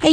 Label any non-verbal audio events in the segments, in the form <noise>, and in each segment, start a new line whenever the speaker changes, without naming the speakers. Hey,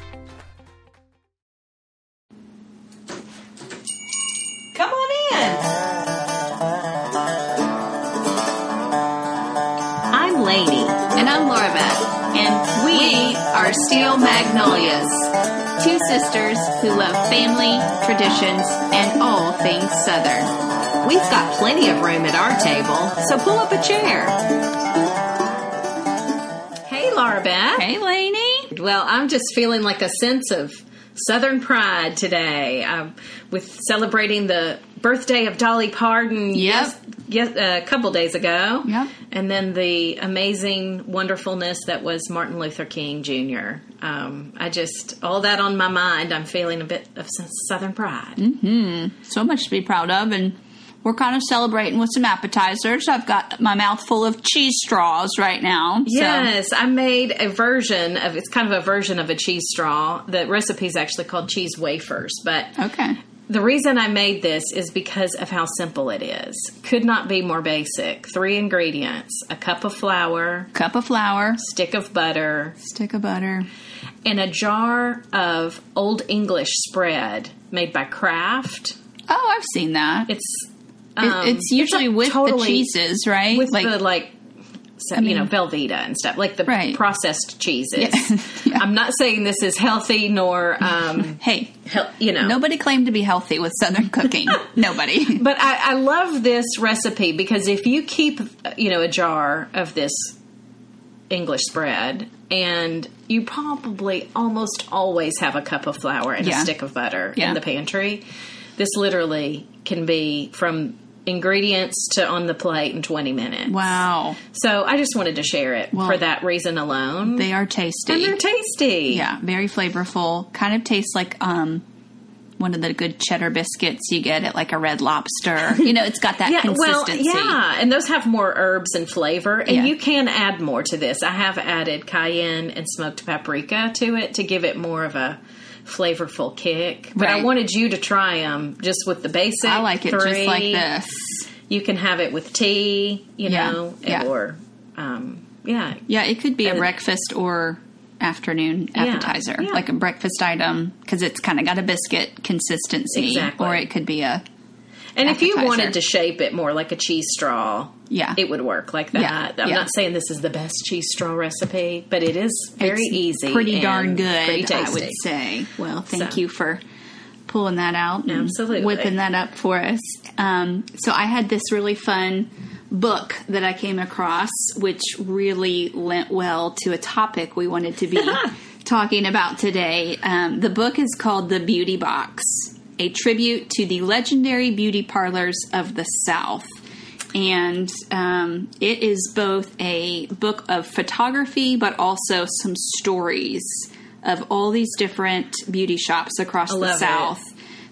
Come on in.
I'm Lainey. And I'm Laura Beth. And we are Steel Magnolias, two sisters who love family, traditions, and all things Southern. We've got plenty of room at our table, so pull up a chair. Hey, Laura Beth.
Hey, Lainey.
Well, I'm just feeling like a sense of Southern pride today um, with celebrating the birthday of Dolly Parton yes, yes, uh, a couple days ago.
Yep.
And then the amazing wonderfulness that was Martin Luther King Jr. Um, I just, all that on my mind, I'm feeling a bit of s- Southern pride.
So much to be proud of, and we're kind of celebrating with some appetizers. I've got my mouth full of cheese straws right now. So.
Yes, I made a version of it's kind of a version of a cheese straw. The recipe is actually called cheese wafers, but
Okay.
The reason I made this is because of how simple it is. Could not be more basic. Three ingredients a cup of flour,
Cup of flour,
stick of butter,
stick of butter.
and a jar of Old English spread made by Kraft.
Oh, I've seen that. It-
It's um,
it's usually
not
with the
totally-
cheeses, right?
with the like so, you know Velveeta and stuff like the
Right.
processed cheeses.
Yeah. <laughs> Yeah.
I'm not saying this is healthy nor
<laughs>
um,
hey,
hel- you know
nobody claimed to be healthy with Southern
<laughs>
cooking. nobody.
But I, I love this recipe because if you keep, you know, a jar of this English spread, and you probably almost always have a cup of flour and
Yeah.
a stick of butter
Yeah.
in the pantry. This literally can be from ingredients to on the plate in 20 minutes.
Wow.
So I just wanted to share it for that reason alone.
They are tasty.
and they're tasty.
Yeah, very flavorful. Kind of tastes like um one of the good cheddar biscuits you get at like a Red Lobster. You know, it's got that
Yeah, well,
consistency.
yeah, and those have more herbs and flavor, and
Yeah.
you can add more to this. I have added cayenne and smoked paprika to it to give it more of a flavorful kick. But I
Right.
wanted you to try them just with the basic.
I like it
three.
just like this.
You can have it with tea, you
Yeah,
know,
yeah.
or um, yeah,
Yeah, it could be a
And-
breakfast or afternoon appetizer,
yeah.
like a breakfast item because it's kind of got a biscuit consistency.
Exactly.
Or it could be a
And if you
appetizer.
wanted to shape it more like a cheese straw,
Yeah.
it would work like
Yeah,
that. I'm
yeah.
not saying this is the best cheese straw recipe, but it is very
it's
easy,
pretty
and
darn good.
pretty tasty.
I would say. Well, thank
So.
you for pulling that out, and
Absolutely.
whipping that up for us. Um, so I had this really fun book that I came across, which really lent well to a topic we wanted
<laughs>
to be talking about today. Um, the book is called The Beauty Box, a tribute to the legendary beauty parlors of the South and um, it is both a book of photography but also some stories of all these different beauty shops across the
love it.
south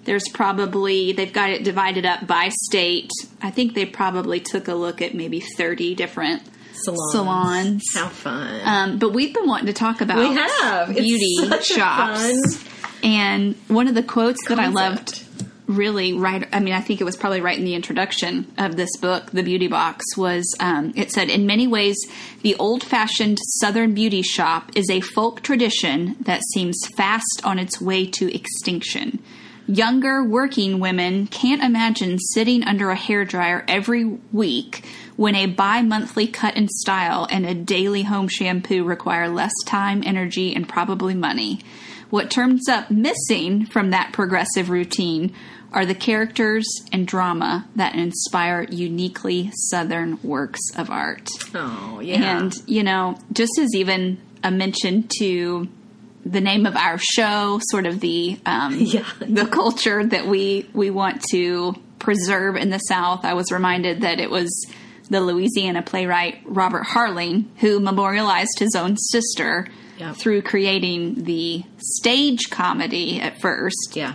there's probably they've got it divided up by state i think they probably took a look at maybe 30 different
Salons.
salons
How fun.
um, but we've been wanting to talk about
We have. It's
beauty
such a
shops and one of the quotes that I loved
Concept.
really right I mean I think it was probably right in the introduction of this book The Beauty Box was um, it said in many ways the old-fashioned southern beauty shop is a folk tradition that seems fast on its way to extinction. Younger working women can't imagine sitting under a hairdryer every week when a bi monthly cut and style and a daily home shampoo require less time, energy, and probably money. What turns up missing from that progressive routine are the characters and drama that inspire uniquely Southern works of art.
Oh, yeah.
And, you know, just as even a mention to the name of our show, sort of the um,
<laughs> Yeah.
the culture that we we want to preserve in the South. I was reminded that it was the Louisiana playwright Robert Harling who memorialized his own sister
Yep.
through creating the stage comedy at first
yeah.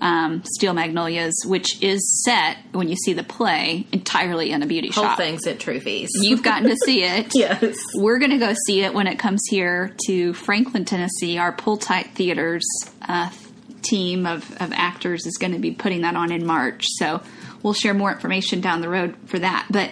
um, Steel Magnolias, which is set when you see the play entirely in a beauty
Whole
shop.
things at Trophies.
You've gotten to see
<laughs>
it.
yes.
We're going to go see it when it comes here to Franklin, Tennessee. Our Pull Tight Theaters uh, team of, of actors is going to be putting that on in March. So we'll share more information down the road for that. But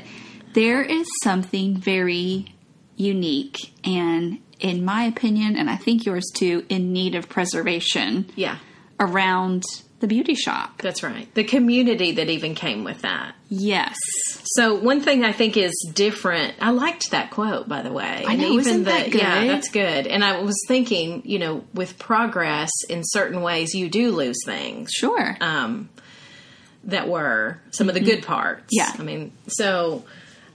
there is something very unique and, in my opinion, and I think yours too, in need of preservation
Yeah.
around the beauty shop.
That's right. The community that even came with that.
Yes.
So one thing I think is different. I liked that quote, by the way. I
know, isn't that
Yeah,
good?
that's good. And I was thinking, you know, with progress in certain ways, you do lose things
Sure.
um, that were some of the good parts.
Mm-hmm. Yeah.
I mean, so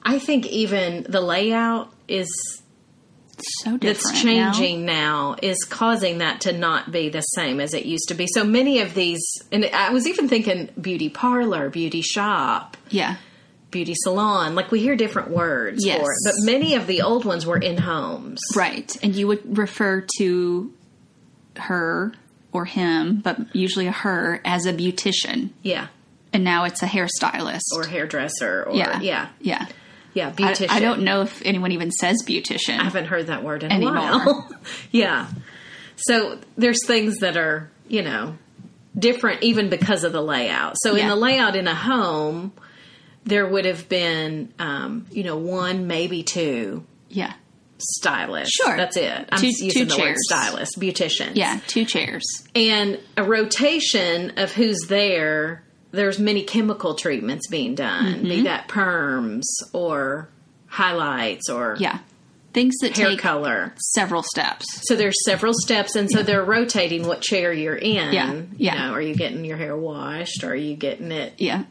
I think even the layout is
so different.
that's
now.
changing now. is causing that to not be the same as it used to be. So many of these, and I was even thinking beauty parlor, beauty shop,
Yeah.
beauty salon. Like we hear different words
Yes.
for it, but many of the old ones were in homes.
Right. And you would refer to her or him, but usually a her, as a beautician.
Yeah.
And now it's a hairstylist.
Or hairdresser or
yeah.
yeah. Yeah.
Yeah. I,
beautician.
I don't know if anyone even says beautician.
I haven't heard that word in
Anymore.
a while. <laughs> yeah. So there's things that are, you know, different even because of the layout. So in
Yeah.
the layout in a home, there would have been, um, you know, one, maybe two
yeah.
stylists.
Sure.
That's it. I'm
Two-
using
two
the word
chairs.
stylist, beauticians.
Yeah. Two chairs.
And a rotation of who's there. There's many chemical treatments being done,
Mm-hmm.
be that perms or highlights or
Yeah. Things that
hair
take
color.
several steps.
So there's several steps, and so they're rotating what chair you're in.
Yeah, yeah.
You know, are you getting your hair washed? Are you getting it
Yeah.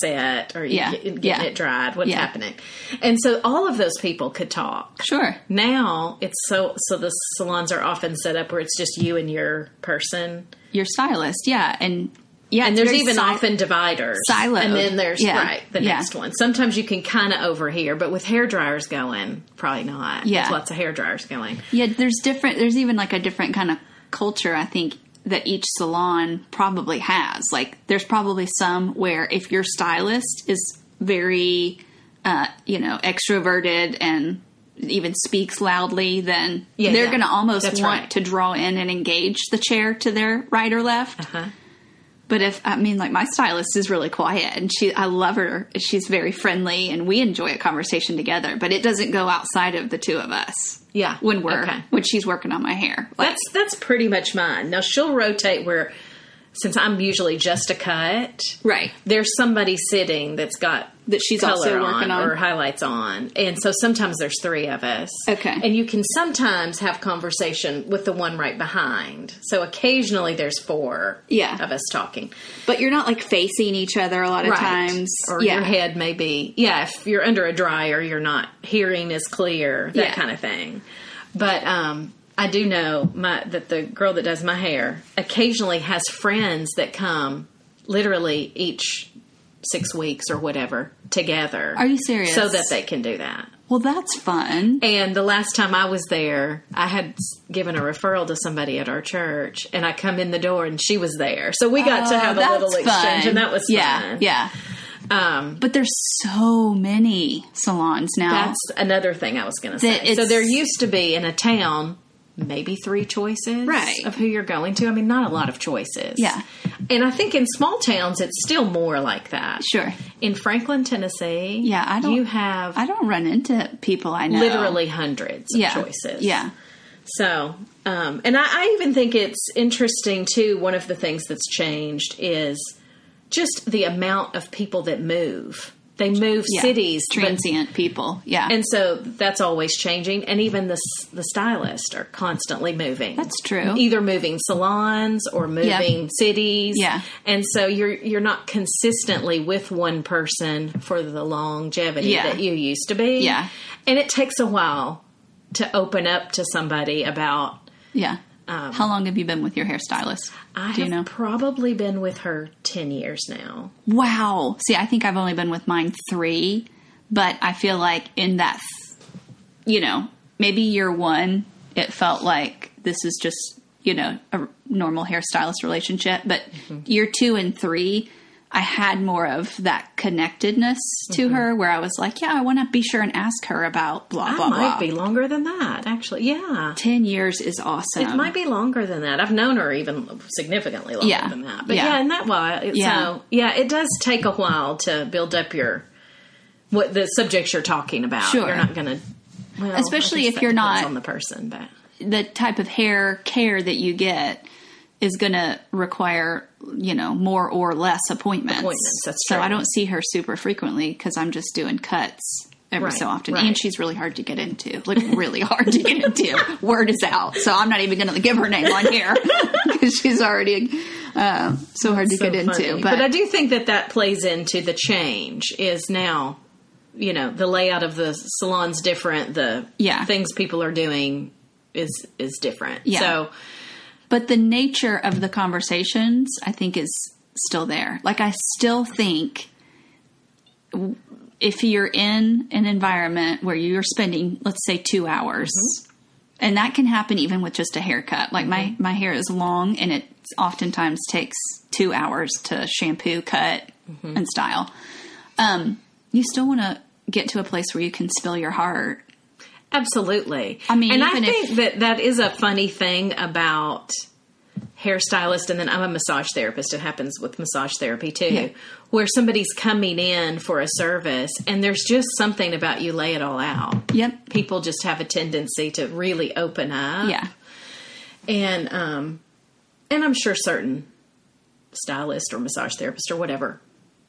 set? Are you
Yeah,
get- getting
yeah.
it dried? What's
Yeah.
happening? And so all of those people could talk.
Sure.
Now it's so so the salons are often set up where it's just you and your person,
Your stylist. Yeah. And yeah.
and
it's
there's
very
even
sil-
often dividers,
siloed.
and then there's
Yeah,
right the
yeah.
next one. Sometimes you can kind of overhear, but with hair dryers going, probably not.
Yeah.
There's lots of hair dryers going.
Yeah, there's different. There's even like a different kind of culture. I think that each salon probably has. Like, there's probably some where if your stylist is very, uh, you know, extroverted and even speaks loudly, then
Yeah,
they're
yeah.
going to almost
That's
want
right.
to draw in and engage the chair to their right or left. But if I mean, like my stylist is really quiet, and she, I love her. She's very friendly, and we enjoy a conversation together. But it doesn't go outside of the two of us
Yeah.
when we're
Okay.
when she's working on my hair. Like,
That's that's pretty much mine. Now she'll rotate where since I'm usually just a cut,
right.
there's somebody sitting that's got
That she's
color
also working on.
or highlights on. And so sometimes there's three of us.
Okay.
And you can sometimes have conversation with the one right behind. So occasionally there's four
Yeah.
of us talking.
But you're not like facing each other a lot of times.
Or
yeah.
your head may be yeah, if you're under a dryer you're not hearing as clear, that
Yeah.
kind of thing. But um I do know my that the girl that does my hair occasionally has friends that come literally each six weeks or whatever together.
Are you serious?
So that they can do that.
Well, that's fun.
And the last time I was there, I had s- given a referral to somebody at our church, and I come in the door and she was there. So we got to have a
Oh, That's
little exchange,
fun.
and that was
yeah,
fun.
yeah.
Um,
But there's so many salons now.
That's another thing I was going to
That
say. So
it's-
there used to be in a town maybe three choices
Right.
of who you're going to. I mean, not a lot of choices.
Yeah.
And I think in small towns it's still more like that.
sure.
In Franklin, Tennessee,
Yeah, I don't-
you have
I don't run into people I know.
literally hundreds of
yeah.
choices.
Yeah.
So, um, and I, I even think it's interesting too. One of the things that's changed is just the amount of people that move. They move
Yeah.
cities, but-
transient people. Yeah,
and so that's always changing. And even the s- the stylists are constantly moving.
That's true.
Either moving salons or moving cities.
Yeah.
and so you're you're not consistently with one person for the longevity
Yeah.
that you used to be.
Yeah.
and it takes a while to open up to somebody about.
yeah. How long have you been with your hairstylist?
Um, I
Do you
have
know?
probably been with her ten years now.
Wow. See, I think I've only been with mine three, but I feel like in that, you know, maybe year one, it felt like this is just, you know, a normal hairstylist relationship. But
Mm-hmm.
year two and three, I had more of that connectedness to
Mm-hmm.
her where I was like, yeah, I want to be sure and ask her about blah, blah,
it might
blah.
be longer than that, actually. Yeah.
10 years is awesome.
It might be longer than that. I've known her even significantly longer
Yeah.
than that. But
Yeah.
yeah, in that while, it-
Yeah.
so yeah, it does take a while to build up your what the subjects you're talking about.
Sure.
you're not going to, well, I
Especially
guess
if
that
you're
depends
not-
on the person, but
the type of hair care that you get is going to require, you know, more or less appointments.
Appointments, that's
so
true.
I don't see her super frequently because I'm just doing cuts every
Right,
so often,
right.
and she's really hard to get into. Like really hard to get into. <laughs> Word is out, so I'm not even going to give her name on here <laughs> because she's already um, so hard to
so
get
funny.
into.
But, I do think that that plays into the change. Is now, you know, the layout of the salon's different. The
Yeah.
things people are doing is is different.
Yeah.
So
but the nature of the conversations i think is still there like i still think w- if you're in an environment where you're spending let's say two hours and that can happen even with just a haircut like my my hair is long and it oftentimes takes two hours to shampoo cut and style um, you still want to get to a place where you can spill your heart
Absolutely.
I mean,
and I
even if-
think that that is a funny thing about hairstylist, and then I'm a massage therapist. It happens with massage therapy too,
Yeah.
where somebody's coming in for a service, and there's just something about you lay it all out.
yep
People just have a tendency to really open up,
yeah
and um, and I'm sure certain stylists or massage therapists or whatever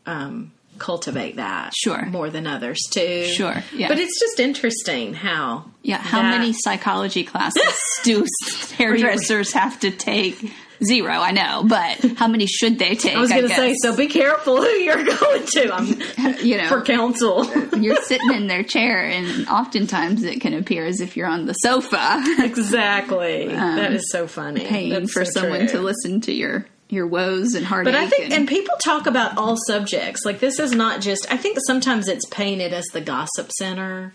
um, cultivate that
Sure.
more than others too.
Sure, yeah.
but it's just interesting how
Yeah, how
that-
many psychology classes
<laughs>
do s- hairdressers have to take? Zero, I know, but how many should they take?
I was going to say,
guess?
so be careful who you're <laughs> going to I'm, <laughs>
<laughs> You know,
for counsel. <laughs>
you're sitting in their chair, and oftentimes it can appear as if you're on the sofa
exactly. that is so funny.
paying
That's
Um, for
so
someone
true.
to listen to your your woes and heartache.
But I think,
and,
and people talk about all subjects. Like this is not just. I think sometimes it's painted as the gossip center,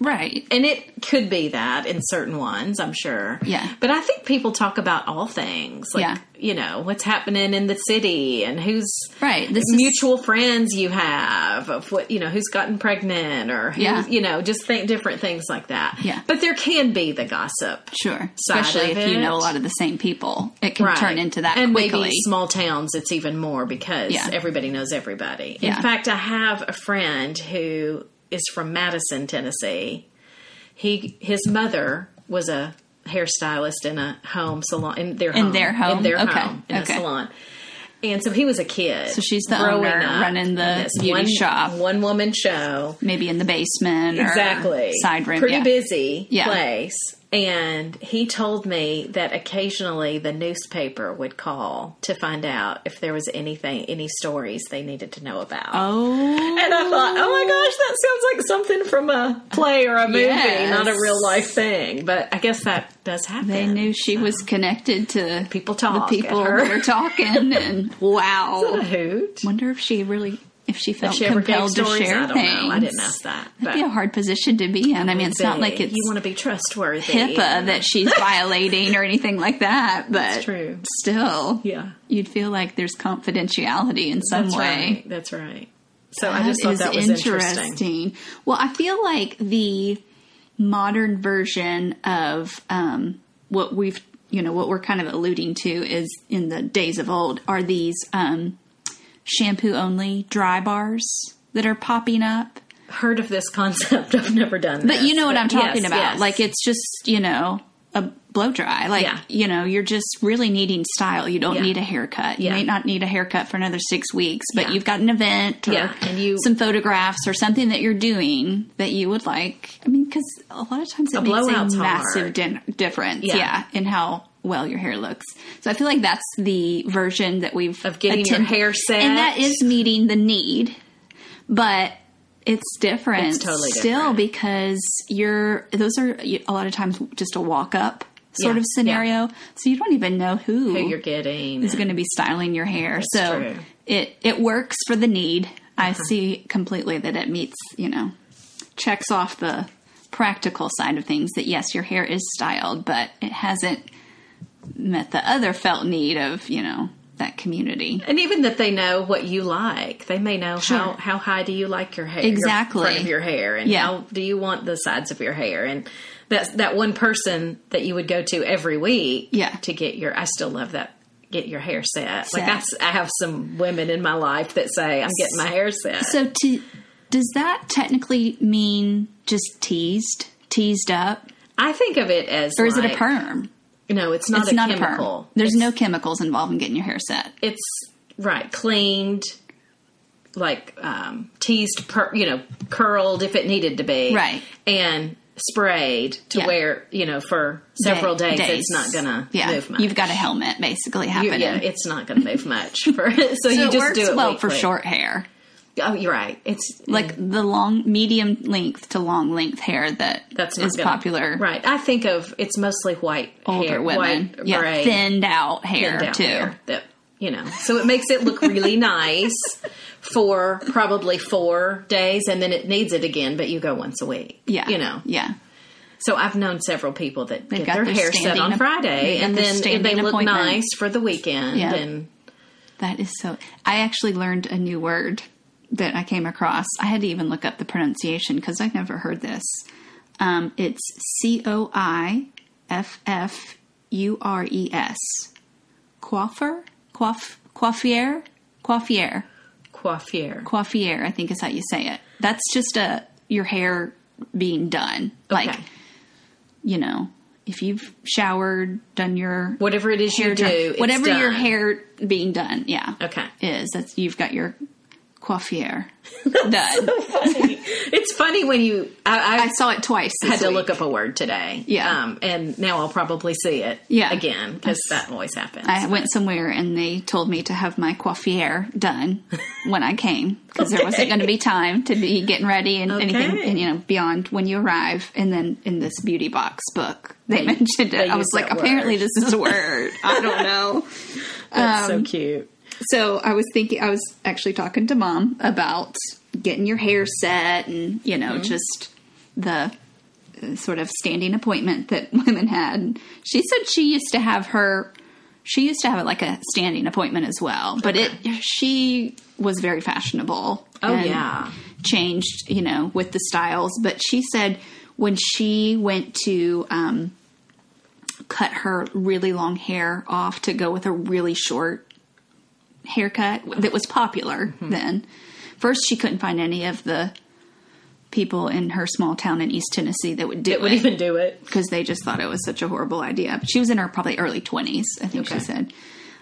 right,
and it could be that in certain ones, I'm sure.
Yeah.
But I think people talk about all things, like
Yeah.
you know what's happening in the city and who's
right. This is
mutual friends you have of what you know who's gotten pregnant or who,
Yeah.
you know just think different things like that
Yeah.
but there can be the gossip
sure,
side
especially
of
if you
it.
know a lot of the same people, it can
Right.
turn into that
and
quickly.
maybe small towns it's even more because
Yeah.
everybody knows everybody
Yeah.
in fact i have a friend who is from madison tennessee he his mother was a hairstylist in a home salon in their home,
their home?
in their
Okay.
home in
Okay.
a salon and so he was a kid.
So she's the owner running the
this
beauty
one,
shop.
one woman show
Maybe in the basement,
exactly
or side room,
pretty
yeah.
busy
Yeah.
place and he told me that occasionally the newspaper would call to find out if there was anything any stories they needed to know about
Oh,
and i thought oh my gosh that sounds like something from a play or a movie
Yes.
not a real life thing but i guess that does happen
They knew she was connected to
People talk
The people
at her.
that are
<laughs>
talking,
a
and wow.
hoot
Wonder if she really, if she felt
If she ever gave
compelled
stories
to share
i don't
things.
know i didn't ask that
That'd be a hard position to be in. I mean, it's not like it's
you want to be trustworthy
HIPAA that she's
<laughs>
violating or anything like that. But
true.
still,
yeah
you'd feel like there's confidentiality in some
That's
way.
right. That's right. So I
That
just thought
is
that was interesting.
Well, I feel like the modern version of um, what we've, you know, what we're kind of alluding to is in the days of old are these um, shampoo only dry bars that are popping up.
Heard of this concept? <laughs> I've never done.
But you know what I'm talking about.
Like
Like it's just, you know, a blow dry. Like,
Yeah.
you know, you're just really needing style. You don't
Yeah.
need a haircut. You
Yeah.
may not need a haircut for another six weeks, but
Yeah.
you've got an event or
Yeah, and you-
some photographs or something that you're doing that you would like. I mean, because a lot of times it makes
blowout's
a massive
hard.
din- difference.
Yeah.
Yeah. in how well your hair looks. So I feel like that's the version that we've
Of getting your
attend-
hair set.
and that is meeting the need, but it's different.
It's totally
still
different.
because you're those are a lot of times just a walk up sort
Yeah,
of scenario, so you don't even know who,
who you're getting.
is going to be styling your hair. so
true. Uh-huh.
it it works for the need. I see completely that it meets you know checks off the practical side of things that yes your hair is styled but it hasn't met the other felt need of you know that community
and even that they know what you like. They may know how,
Sure.
how high do you like your hair,
Exactly.
your front of your hair, and
Yeah.
how do you want the sides of your hair, and that's that one person that you would go to every week,
Yeah.
to get your. I still love that. Get your hair set. Like
Set.
I, s- I have some women in my life that say I'm getting my hair set.
So, to, does that technically mean just teased, teased up,
I think of it as
or is it a
like-
perm?
No, it's not
It's
a
not
chemical.
a perm. There's
It's-
no chemicals involved in getting your hair set.
it's right cleaned like um teased per, you know curled if it needed to be
Right.
and sprayed to
Yeah.
where you know for several
Day-
days, it's not gonna
yeah.
move much
You've got a helmet basically
You-
happening.
yeah, it's not going to move much. For, <laughs> so,
so
you
it
just
works
do it
well for
weekly.
short hair,
Oh, you're right. It's
like the long, medium length to long length hair that
that's not
is
gonna-
popular.
Right. I think of it's mostly white
Older
hair,
women,
white
yeah,
braid,
thinned out hair
and down
too.
there that you know so it makes it look
<laughs>
really nice for probably four days and then it needs it again but you go once a week
Yeah,
you know
yeah.
so i've known several people that
They've
get
got
their,
their
hair set
standing
on
app-
friday
they've got
and
their
then they
standing
look
appointment.
nice for the weekend
Yeah.
and
That is so. I actually learned a new word that I came across. I had to even look up the pronunciation because I've never heard this. Um, it's C O I F F U R E S. Coiffer? Coif- coiffier? Coiffier.
coiffure
Coiffier, I think is how you say it. That's just a your hair being done. Like,
Okay.
you know, if you've showered, done your
whatever it is you do
hair dry-
it's
whatever your
done.
hair being done, yeah,
Okay.
is that's you've got your
<laughs>
coiffure done.
it's funny when you i, I,
I saw it twice. This
had to
week.
look up a word today
Yeah.
um, and now i'll probably see it
Yeah.
again because that always happens
I went somewhere and they told me to have my coiffure done
<laughs>
when I came because there wasn't
Okay.
going to be time to be getting ready and anything,
Okay.
and, you know, beyond when you arrive. And then in this beauty box book, they, mentioned it.
they
I
use
was like,
that
apparently
word.
this is a word. I
<laughs>
don't know.
that's
um,
so cute
So I was thinking, I was actually talking to mom about getting your hair set and, you know,
Mm-hmm.
just the uh, sort of standing appointment that <laughs> women had. And She said she used to have her, she used to have like a standing appointment as well, but it, she was very fashionable.
Oh,
and
yeah.
Changed, you know, with the styles. But she said when she went to, um, cut her really long hair off to go with a really short haircut that was popular
Mm-hmm.
then. First, she couldn't find any of the people in her small town in East Tennessee that would do
it would even do it
because they just thought it was such a horrible idea. She was in her probably early 20s, I think she
Okay.
said.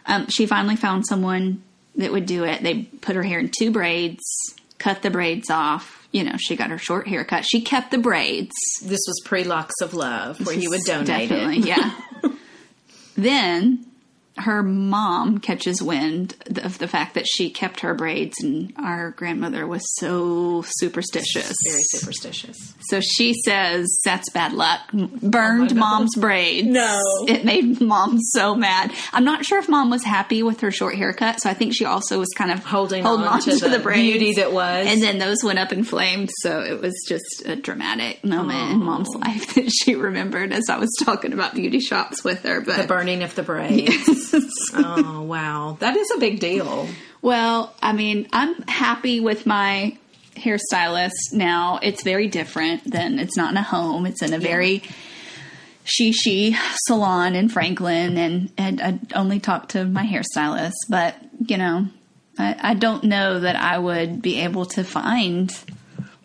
Um, she finally found someone that would do it. They put her hair in two braids, cut the braids off. You know, she got her short haircut. She kept the braids.
This was pre Locks of Love, where you would donate
Definitely,
it. <laughs>
yeah. then her mom catches wind of the fact that she kept her braids, and our grandmother was so superstitious.
Very superstitious.
So she says, That's bad luck. Burned mom's braids.
Oh No.
<laughs> It made mom so mad. I'm not sure if mom was happy with her short haircut, so I think she also was kind of
Holding on to the beauty that was.
And then those went up in flames, so it was just a dramatic moment in mom's <laughs> life that she remembered as I was talking about beauty shops with her.
The
But
burning of the braids. <laughs> oh, wow. That is a big deal.
Well, I mean, I'm happy with my hairstylist now. It's very different than it's not in a home. It's in a very she she salon in Franklin, and and I only talk to my hairstylist. But you know, I, I don't know that I would be able to find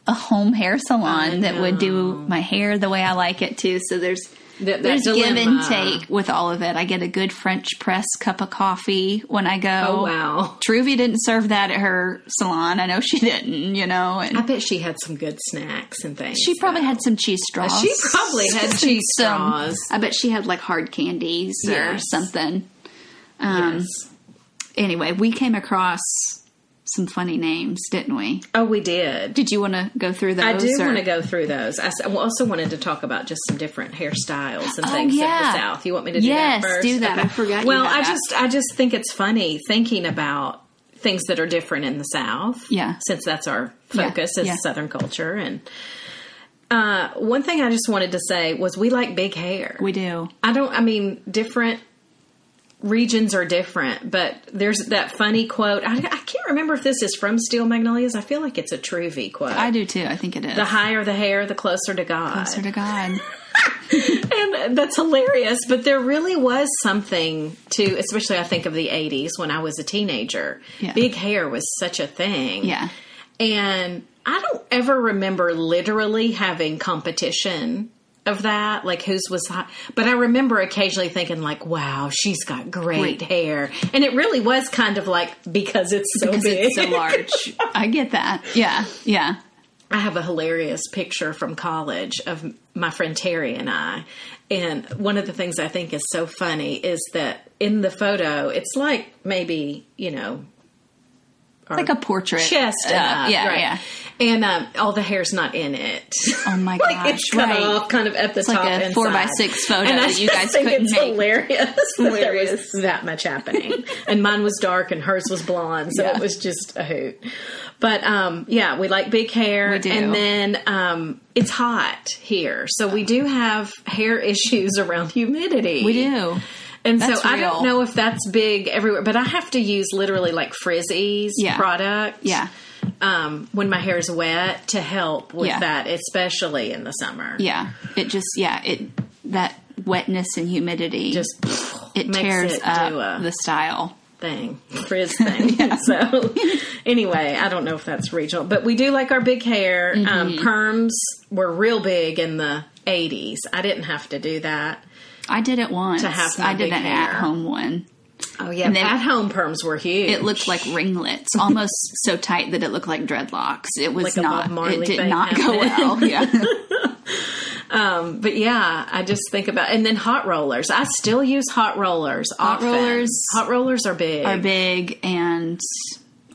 a home hair salon that would do my hair the way I like it to. So there's
That- that
There's give and
dilemma.
take with all of it. I get a good French press cup of coffee when I go.
Oh, wow.
Truvy didn't serve that at her salon. I know she didn't, you know.
I
And
bet she had some good snacks and things.
she probably had some cheese straws.
Uh, She probably had
And
cheese
<laughs> some-
straws.
I bet she had like hard candies or
Yes.
something. Um,
Yes.
Anyway, we came across some funny names, didn't we?
Oh, we did.
Did you want to go through those?
I do
or-
want to go through those. I s- I also wanted to talk about just some different hairstyles and things
Oh, yeah.
of the South. You want me to do
Yes,
that first?
do that. I forgot you
Well,
had
I
that.
just I just think it's funny thinking about things that are different in the South.
Yeah.
since that's our
Yeah,
focus is
yeah.
Southern culture. And uh, one thing I just wanted to say was we like big hair.
We do.
I don't. I mean, different regions are different, but there's that funny quote. I, I can't remember if this is from Steel Magnolias. I feel like it's a Truvy quote.
I do too. I think it is.
the higher the hair, the closer to God.
Closer to
<laughs>
God.
and that's hilarious. But there really was something to, especially I think of the '80s when I was a teenager.
Yeah.
Big hair was such a thing.
Yeah.
And I don't ever remember literally having competition of that, like whose was hot. But I remember occasionally thinking, like, wow, she's got great,
Great.
hair. And it really was kind of like because it's so
Because
big. <laughs>
it's so large. I get that. Yeah. Yeah.
I have a hilarious picture from college of my friend Terry and I. And one of the things I think is so funny is that in the photo, it's like maybe, you know,
Like a portrait.
chest
Uh,
up,
yeah.
right.
Yeah.
And um, all the hair's not in it. <laughs>
Oh my
like
gosh,
it's cut
right.
off, kind of at the top.
like a four by
inside.
six photo
And I
that you
just
guys
think
couldn't
it's
make.
hilarious. That there was that much
<laughs>
happening, and mine was dark, and hers was blonde, so
Yeah.
it was just a hoot. But um, yeah, we like big hair,
We do.
and then um, it's hot here, so we do have hair issues around humidity.
We do.
And so
That's
I
real.
don't know if that's big everywhere, but I have to use literally like Frizzies
Yeah.
product.
Yeah.
Um, when my hair's wet to help with
Yeah.
that, especially in the summer.
Yeah. It just, yeah. It, that wetness and humidity
Just <laughs>
it
makes
tears
it
up
do a-
the style.
thing, frizz
<laughs>
thing. So anyway, I don't know if that's regional, but we do like our big hair. Um,
Mm-hmm.
perms were real big in the 80s. I didn't have to do that.
I did it once.
To have my
I did
big
an
hair.
at home one.
Oh yeah,
And then-
at home perms were huge.
It looked like ringlets, almost so tight that it looked like dreadlocks. It was
Like a Bob
not.
Marley
it did
thing
not go
<laughs>
well. Yeah.
But yeah, I just think about and then hot rollers. I still use hot rollers. Hot
rollers-
Hot rollers are big.
are big and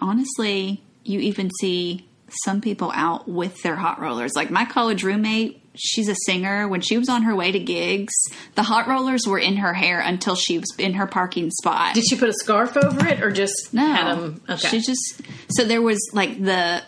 honestly you even see some people out with their hot rollers like my college roommate she's a singer when she was on her way to gigs the hot rollers were in her hair until she was in her parking spot
Did she put a scarf over it or just
no
had them? Okay.
she just so there was like the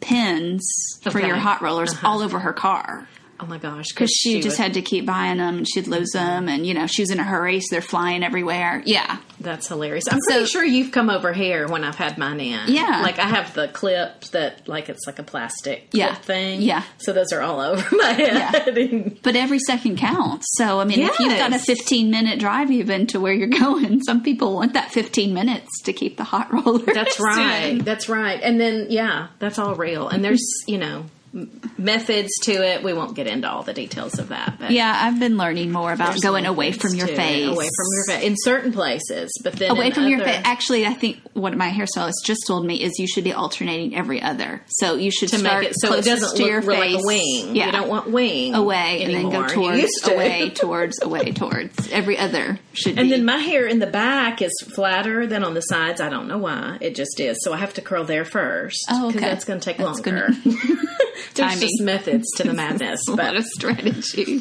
pins for
Okay.
your hot rollers all over her car
oh my gosh,
because she, just
would-
had to keep buying them and she'd lose them and you know she was in a hurry so they're flying everywhere yeah
That's hilarious. I'm pretty
So-
sure you've come over here when I've had mine in.
Yeah.
like I have the clips that like it's like a plastic
Yeah.
clip thing.
Yeah.
so those are all over <laughs> my head. And
But every second counts. So, I mean, if you've got a
Yes.
15 minute drive even to where you're <laughs> going, some people want that 15 minutes to keep the hot
<laughs>
roller. <laughs>
that's right. That's right. And then yeah, that's all real. And there's you know m- methods to it. We won't get into all the details of that, but
Yeah, I've been learning more about
There's
going
some
away
things
from your
to it,
face.
Away from your face. In certain places, but then
Away
in
from your
other-
face. Actually, I think what my hairstylist just told me is you should be alternating every other. So you should
to
start
make it so it
closest
doesn't
to
look
your
real
face.
like a wing.
Yeah,
You don't want wing
away and then
anymore.
go
You
towards
used to. <laughs>
away towards away towards every other should
And
be.
then my hair in the back is flatter than on the sides. I don't know why. It just is. So I have to curl there first.
Oh,
'cause
okay.
that's going to take
That's
longer.
<laughs>
<laughs> There's
Timing.
just methods to the
<laughs>
madness.
<laughs> a lot
But
of strategy.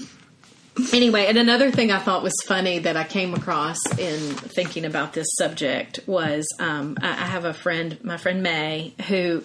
anyway, and another thing I thought was funny that I came across in thinking about this subject was um, I, I have a friend, my friend May, who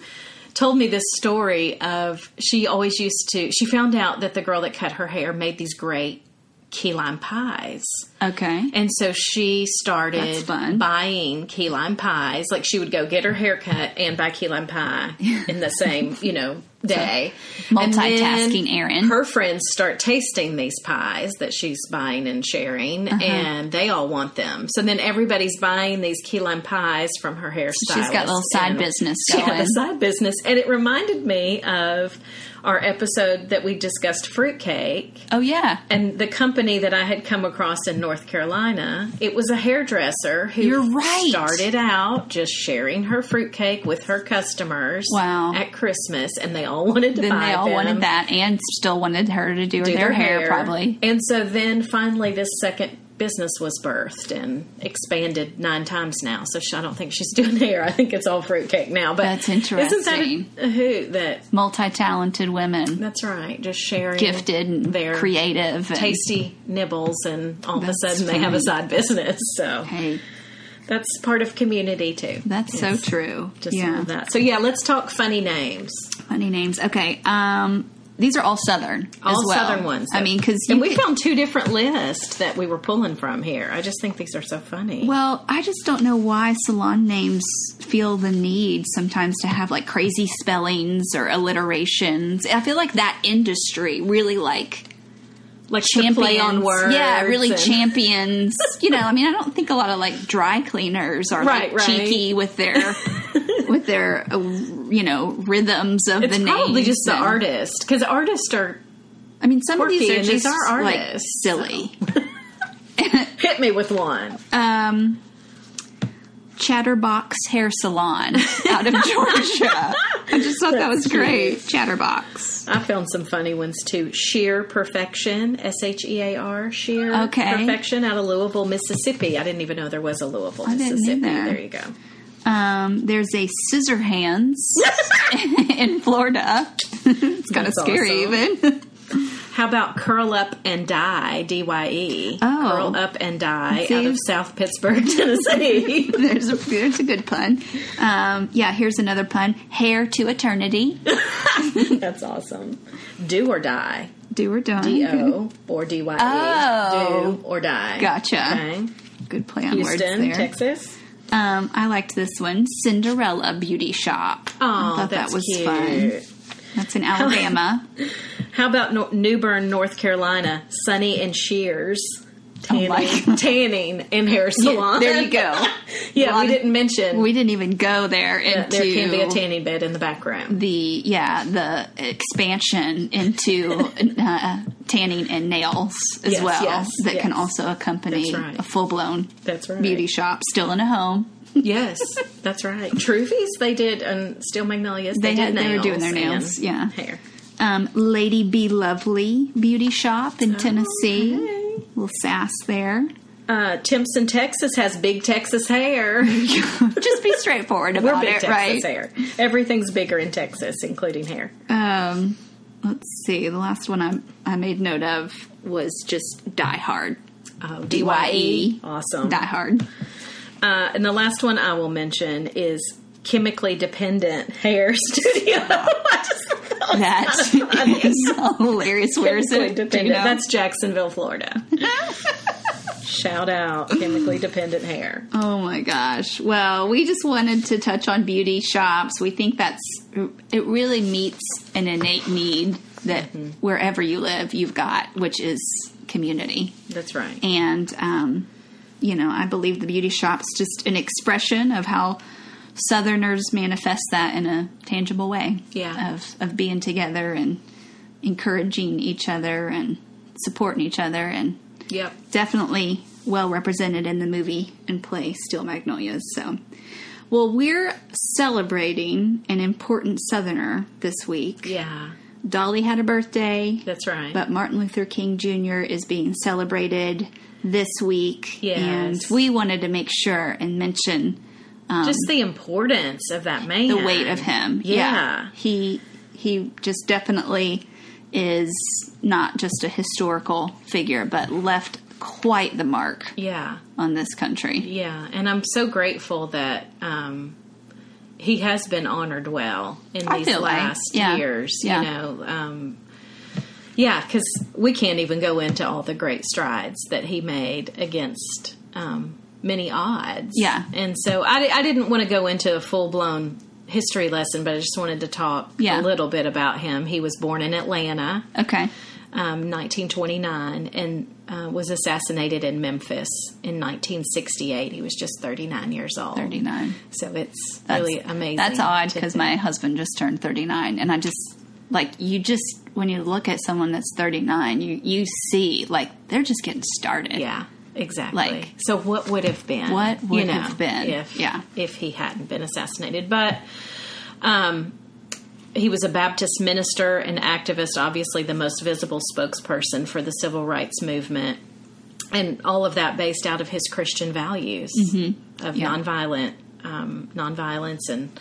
told me this story of she always used to, she found out that the girl that cut her hair made these great key lime pies.
Okay.
And so she started
That's fun.
buying key lime pies. Like she would go get her haircut and buy key lime
<laughs>
pie in the same, you know, day. And then
multitasking Erin.
Her friends start tasting these pies that she's buying and sharing,
Uh-huh.
and they all want them. So then everybody's buying these key lime pies from her hairstylist.
she's got a little side
and-
business
She had
going.
a side business, and it reminded me of our episode that we discussed fruitcake
oh yeah.
and the company that I had come across in North Carolina, it was a hairdresser who
You're right.
started out just sharing her fruitcake with her customers
Wow.
at Christmas, and they all wanted to
Then
buy
they all
them,
wanted that and still wanted her to do,
do
their, hair, probably.
And so then finally, this second business was birthed and expanded nine times now. So she, I don't think she's <laughs> doing hair. I think it's all fruitcake now. But
That's
Isn't that
interesting.
a, a hoot that?
Multi talented women.
That's right. Just sharing
Gifted and
their
creative and
tasty nibbles and all of a
That's
sudden they have a
funny.
side business so
Hey,
that's part of community too
that's so true.
just
yeah.
love that so yeah let's talk funny names
Funny names. Okay. Um, these are all southern.
all
as well.
southern ones
I mean, because
and we found two different lists that we were pulling from here i just think these are so funny
Well, I just don't know why salon names feel the need sometimes to have like crazy spellings or alliterations. I feel like that industry really like
like
champions,
to play on words
yeah, really
and- <laughs>
champions. You know, I mean, I don't think a lot of like dry cleaners are
Right,
like
right.
cheeky
<laughs>
with their with their uh, you know rhythms of
it's
the names.
probably just the
and-
artist because artists are
I mean, some of these
quirky,
are
and
just
these are
like
artists,
silly.
hit me with one
um, Chatterbox Hair Salon
<laughs>
out of Georgia. I just thought that was great. Chatterbox.
I found some funny ones too. Sheer Perfection, S H E A R, Sheer
Okay.
Perfection out of Louisville, Mississippi. I didn't even know there was a Louisville,
didn't
Mississippi.
either.
There you go.
Um, there's a Scissor Hands
<laughs>
<laughs> in Florida. <laughs> it's kind of
That's
scary,
awesome.
even.
How about Curl Up and Die, D Y E?
Oh.
Curl Up and Die
See?
out of South Pittsburgh, <laughs> Tennessee. <laughs>
<laughs> there's a, there's a good pun. Um, yeah, here's another pun. Hair to eternity.
That's awesome. Do or Die,
Do or don't.
D O
<laughs>
or D Y E.
Oh.
Do or Die.
Gotcha.
Okay.
Good play on words
Houston,
there.
Texas.
Um, I liked this one. Cinderella Beauty Shop. I
Oh,
thought
that's
that was
cute.
fun. That's
<laughs>
in Alabama.
How about Nor- Newbern, North Carolina? Sunny and Shears. Tanning,
Oh my
tanning and hair salon.
there you go.
<laughs> yeah,
lot
we
of-
didn't mention
We didn't even go there
that
into
there can be a tanning bed in the background.
the yeah the expansion
<laughs>
into uh, tanning and nails as
Yes,
well
yes,
that can
yes.
also accompany
That's right.
a full blown
That's right.
beauty shop still in a home.
<laughs> Yes, that's right. Trufies they did and Steel Magnolias. They,
They had-
did
they were doing their
and
nails, yeah.
hair.
Um, Lady Be Lovely Beauty Shop
Oh,
in Tennessee.
okay.
Little sass there. <laughs>
Uh, Timpson, Texas has big Texas
<laughs>
hair.
Just be straightforward
We're
about
big
it,
Texas eh?
right?
hair. Everything's bigger in Texas, including hair.
Um, let's see. The last one I I made note of was just Die Hard.
Oh,
DYE.
Awesome.
Die Hard.
Uh, and the last one I will mention is chemically dependent hair <laughs>
<laughs>
studio. I just thought that was <laughs>
That is <laughs> hilarious. Where is
chemically
it? Do you
dependent.
know?
That's Jacksonville,
<laughs>
Florida. Shout out chemically dependent hair.
oh my gosh. Well, we just wanted to touch on beauty shops. We think that's it. Really meets an innate need that wherever you live, you've got, which is community.
That's right.
And um, you know, I believe the beauty shop's just an expression of how Southerners manifest that in a tangible way.
Yeah.
Of of being together and encouraging each other and supporting each other and
Yep.
definitely well represented in the movie and play Steel Magnolias. So, well, we're celebrating an important Southerner this week.
Yeah.
Dolly had a birthday,
That's right.
but Martin Luther King Jr. is being celebrated this week.
Yes.
And we wanted to make sure and mention
Just the importance of that man.
um, the weight of him.
Yeah.
He he just definitely is not just a historical figure, but left quite the mark
Yeah.
on this country.
Yeah. And I'm so grateful that um, he has been honored well in
I
these
feel like,
last
yeah,
years.
yeah.
You know, um, Yeah, because we can't even go into all the great strides that he made against um, many odds.
Yeah.
And so I, I didn't want to go into a full blown history lesson, but I just wanted to talk
Yeah.
a little bit about him. He was born in Atlanta.
Okay.
Um, 1929 and uh, was assassinated in Memphis in 1968. He was just 39 years old.
39.
So it's
That's-
really amazing.
That's odd
to
because
think.
my husband just turned 39, and I just like you just when you look at someone that's 39, you you see like they're just getting started.
Yeah, exactly.
Like-
so what would have been?
What would have been,
If,
yeah.
if he hadn't been assassinated, but um, he was a Baptist minister and activist. Obviously, the most visible spokesperson for the civil rights movement, and all of that based out of his Christian values of
Mm-hmm. Yeah.
nonviolent, um, nonviolence, and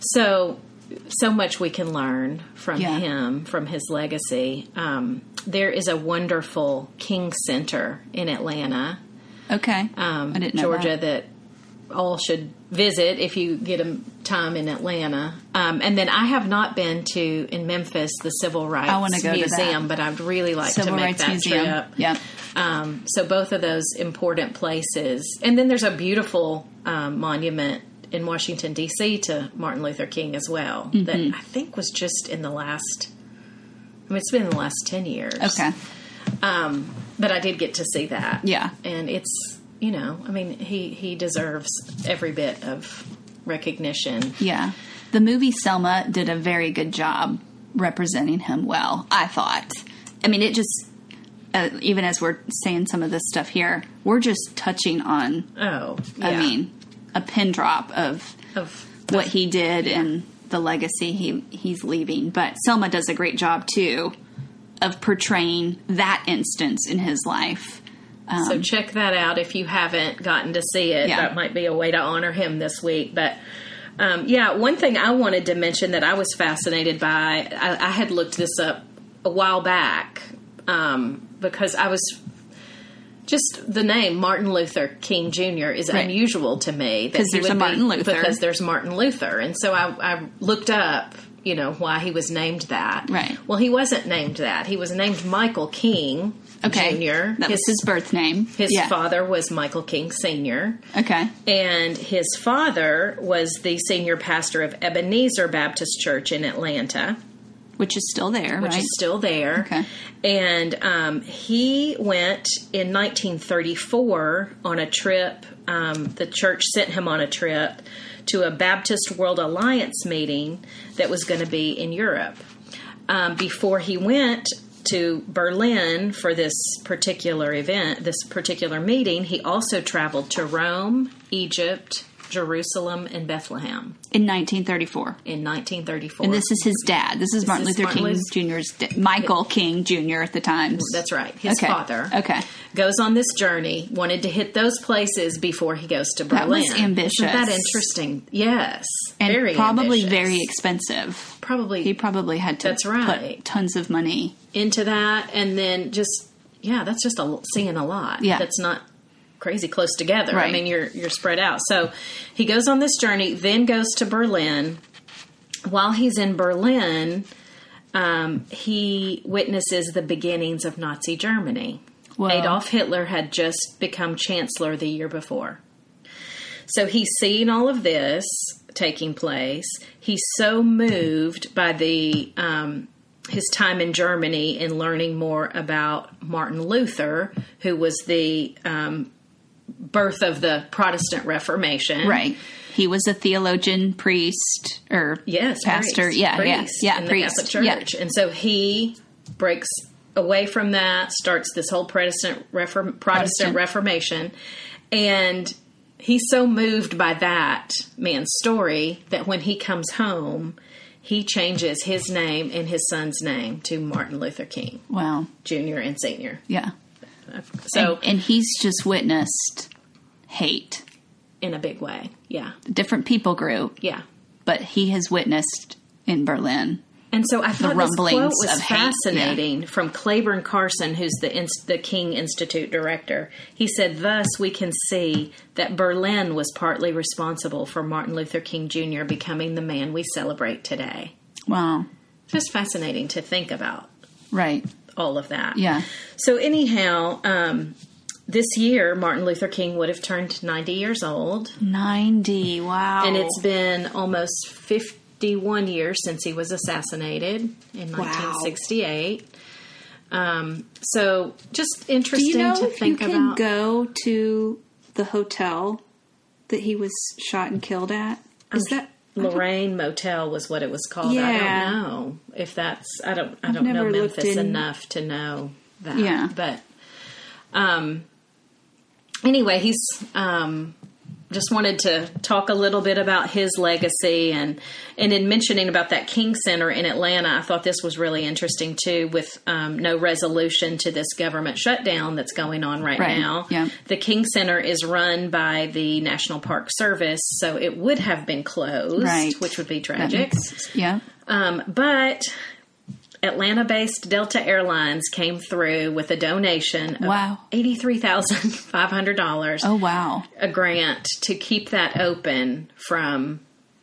so so much we can learn from
Yeah.
him from his legacy um, there is a wonderful king center in atlanta
Okay.
um,
I didn't know
georgia
that.
that. all should visit if you get a time in atlanta um, and then i have not been to in memphis the civil rights
wanna go to that.
museum but i'd really like
Civil
to make
Rights
that
Museum.
trip
Yep.
um, so both of those important places, and then there's a beautiful um, monument in Washington D.C. to Martin Luther King as well.
Mm-hmm.
That I think was just in the last. I mean, it's been in the last ten years.
Okay.
Um, but I did get to see that.
Yeah.
And it's you know, I mean, he he deserves every bit of recognition.
Yeah. The movie Selma did a very good job representing him well, I thought. I mean, it just, uh, even as we're saying some of this stuff here, we're just touching on,
Oh,
I
yeah.
mean, a pin drop of
of
what he did and the legacy he, he's leaving. But Selma does a great job, too, of portraying that instance in his life.
So check that out if you haven't gotten to see it.
Um, Yeah.
That might be a way to honor him this week. But um, yeah, one thing I wanted to mention that I was fascinated by, I, I had looked this up a while back um, because I was just the name Martin Luther King Jr. is
Right.
unusual to me that
'Cause
he
there's
would
a Martin
be-
Luther.
because there's Martin Luther, and so I, I looked up. You know why he was named that?
Right.
Well, he wasn't named that. He was named Michael King
Okay.
Jr.
That was his birth name.
His
Yeah.
father was Michael King Sr.,
Okay.
and his father was the senior pastor of Ebenezer Baptist Church in Atlanta,
Which is still there,
which
right?
is still there.
Okay.
And um, he went in 1934 on a trip. Um, the church sent him on a trip to a Baptist World Alliance meeting that was going to be in Europe. Um, before he went to Berlin for this particular event, this particular meeting, he also traveled to Rome, Egypt, Jerusalem, and Bethlehem
in 1934.
in 1934.
And this is his dad. This is Martin
is
Luther
Martin Luther-
King Jr.'s da- Michael King Jr. at the time.
That's right, his
okay.
father.
Okay.
goes on this journey, wanted to hit those places before he goes to
That
Berlin.
was ambitious.
Isn't that interesting? Yes.
And
very
probably
ambitious.
very expensive.
probably
He probably had to
That's right.
put tons of money.
into that and then just yeah, that's just a seeing a lot.
Yeah.
That's not crazy close together.
Right.
I mean you're you're spread out. So he goes on this journey, then goes to Berlin. While he's in Berlin, um, he witnesses the beginnings of Nazi Germany.
Well,
Adolf Hitler had just become chancellor the year before. So he's seeing all of this taking place. He's so moved by the um, his time in Germany and learning more about Martin Luther, who was the um, birth of the Protestant Reformation.
Right. He was a theologian, priest, or
Yes,
pastor.
priest,
yeah,
priest
yeah, yeah,
in
priest.
the Catholic Church, and so he breaks away from that, starts this whole Protestant Reform- Protestant,
Protestant.
Reformation, and he's so moved by that man's story that when he comes home, he changes his name and his son's name to Martin Luther King
Yeah. Wow.
Jr. and Senior.
Yeah.
So
and, and he's just witnessed hate.
in a big way, yeah,
Different people group,
yeah.
but he has witnessed in Berlin.
And so I thought this quote
rumblings
was
of hate, yeah.
fascinating from Claiborne Carson, who's the Inst- the King Institute director. He said, "Thus we can see that Berlin was partly responsible for Martin Luther King Jr. becoming the man we celebrate today."
Wow.
Just fascinating to think about.
Right.
all of that.
Yeah.
So anyhow, um, this year Martin Luther King would have turned 90 years old,
90. Wow.
and it's been almost 51 years since he was assassinated in 1968. Um, so just
Do
interesting
you know
to
if
think
you can
about.
go to the hotel that he was shot and killed at? Is
Um,
that
Lorraine Motel was what it was called. I
Yeah.
don't know if that's I don't I don't know
never looked
Memphis
in-
enough to know that.
Yeah.
But um anyway, he's um just wanted to talk a little bit about his legacy and and in mentioning about that King Center in Atlanta, I thought this was really interesting too with um, no resolution to this government shutdown that's going on right,
Right.
now.
Yeah.
The King Center is run by the National Park Service, so it would have been closed,
Right.
which would be
that
tragic.
makes- Yeah.
Um, but Atlanta based Delta Airlines came through with a donation of
Wow.
$83,500,
Oh wow.
a grant to keep that open from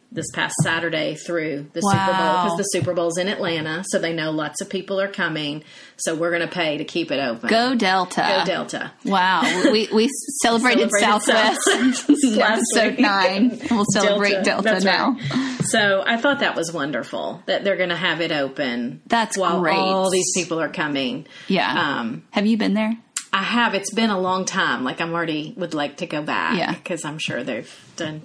this past Saturday through the Super Bowl
Wow.
because the Super Bowl's in Atlanta, so they know lots of people are coming, so we're going to pay to keep it open.
Go Delta.
Go Delta.
Wow. We <laughs> we celebrated, Southwest, <laughs> in
Last
episode
week.
nine. and We'll celebrate Delta,
That's
now.
right. <laughs> So I thought that was wonderful that they're going to have it open.
That's
while
great.
all these people are coming.
Yeah.
Um,
Have you been there?
I have. It's been a long time. Like I'm already would like to go back.
Yeah.
Because I'm sure they've done.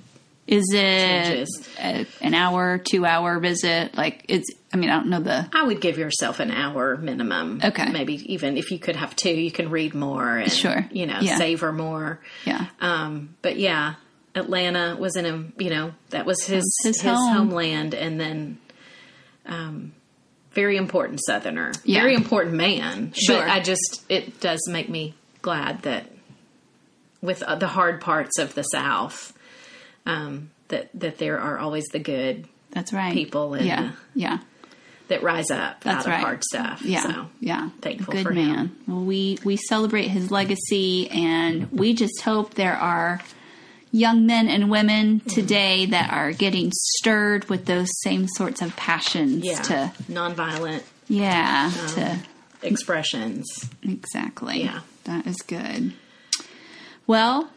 Is it
Changes.
a, an hour, two hour visit? Like it's. I mean, I don't know the.
I would give yourself an hour minimum.
Okay.
Maybe even if you could have two, you can read more and
Sure.
you know
Yeah.
savor more.
Yeah.
Um, but yeah, Atlanta was in a you know that was his
His
his,
home.
homeland, and then um, very important Southerner,
Yeah.
very important man.
Sure.
But I just it does make me glad that with uh, the hard parts of the South, um, that that there are always the good
That's right.
people in
yeah.
the-
Yeah.
that rise up
That's
out
right.
of hard stuff.
Yeah,
So.
yeah.
thankful
Good
for him.
man. Well, we we celebrate his legacy, and we just hope there are young men and women today that are getting stirred with those same sorts of passions.
Yeah.
To
Nonviolent
yeah. to
expressions.
exactly.
Yeah.
That is good. Well.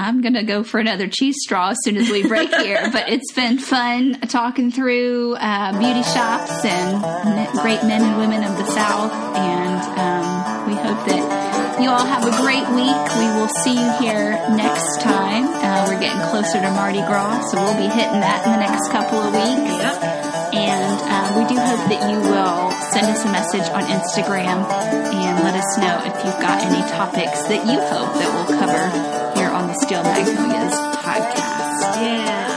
I'm going to go for another cheese straw as soon as we break here, but it's been fun talking through uh, beauty shops and men- great men and women of the South. And um, we hope that you all have a great week. We will see you here next time. Uh, we're getting closer to Mardi Gras, so we'll be hitting that in the next couple of weeks. And um, we do hope that you will send us a message on Instagram and let us know if you've got any topics that you hope that we'll cover here on the Steel Magnolias podcast.
Yeah.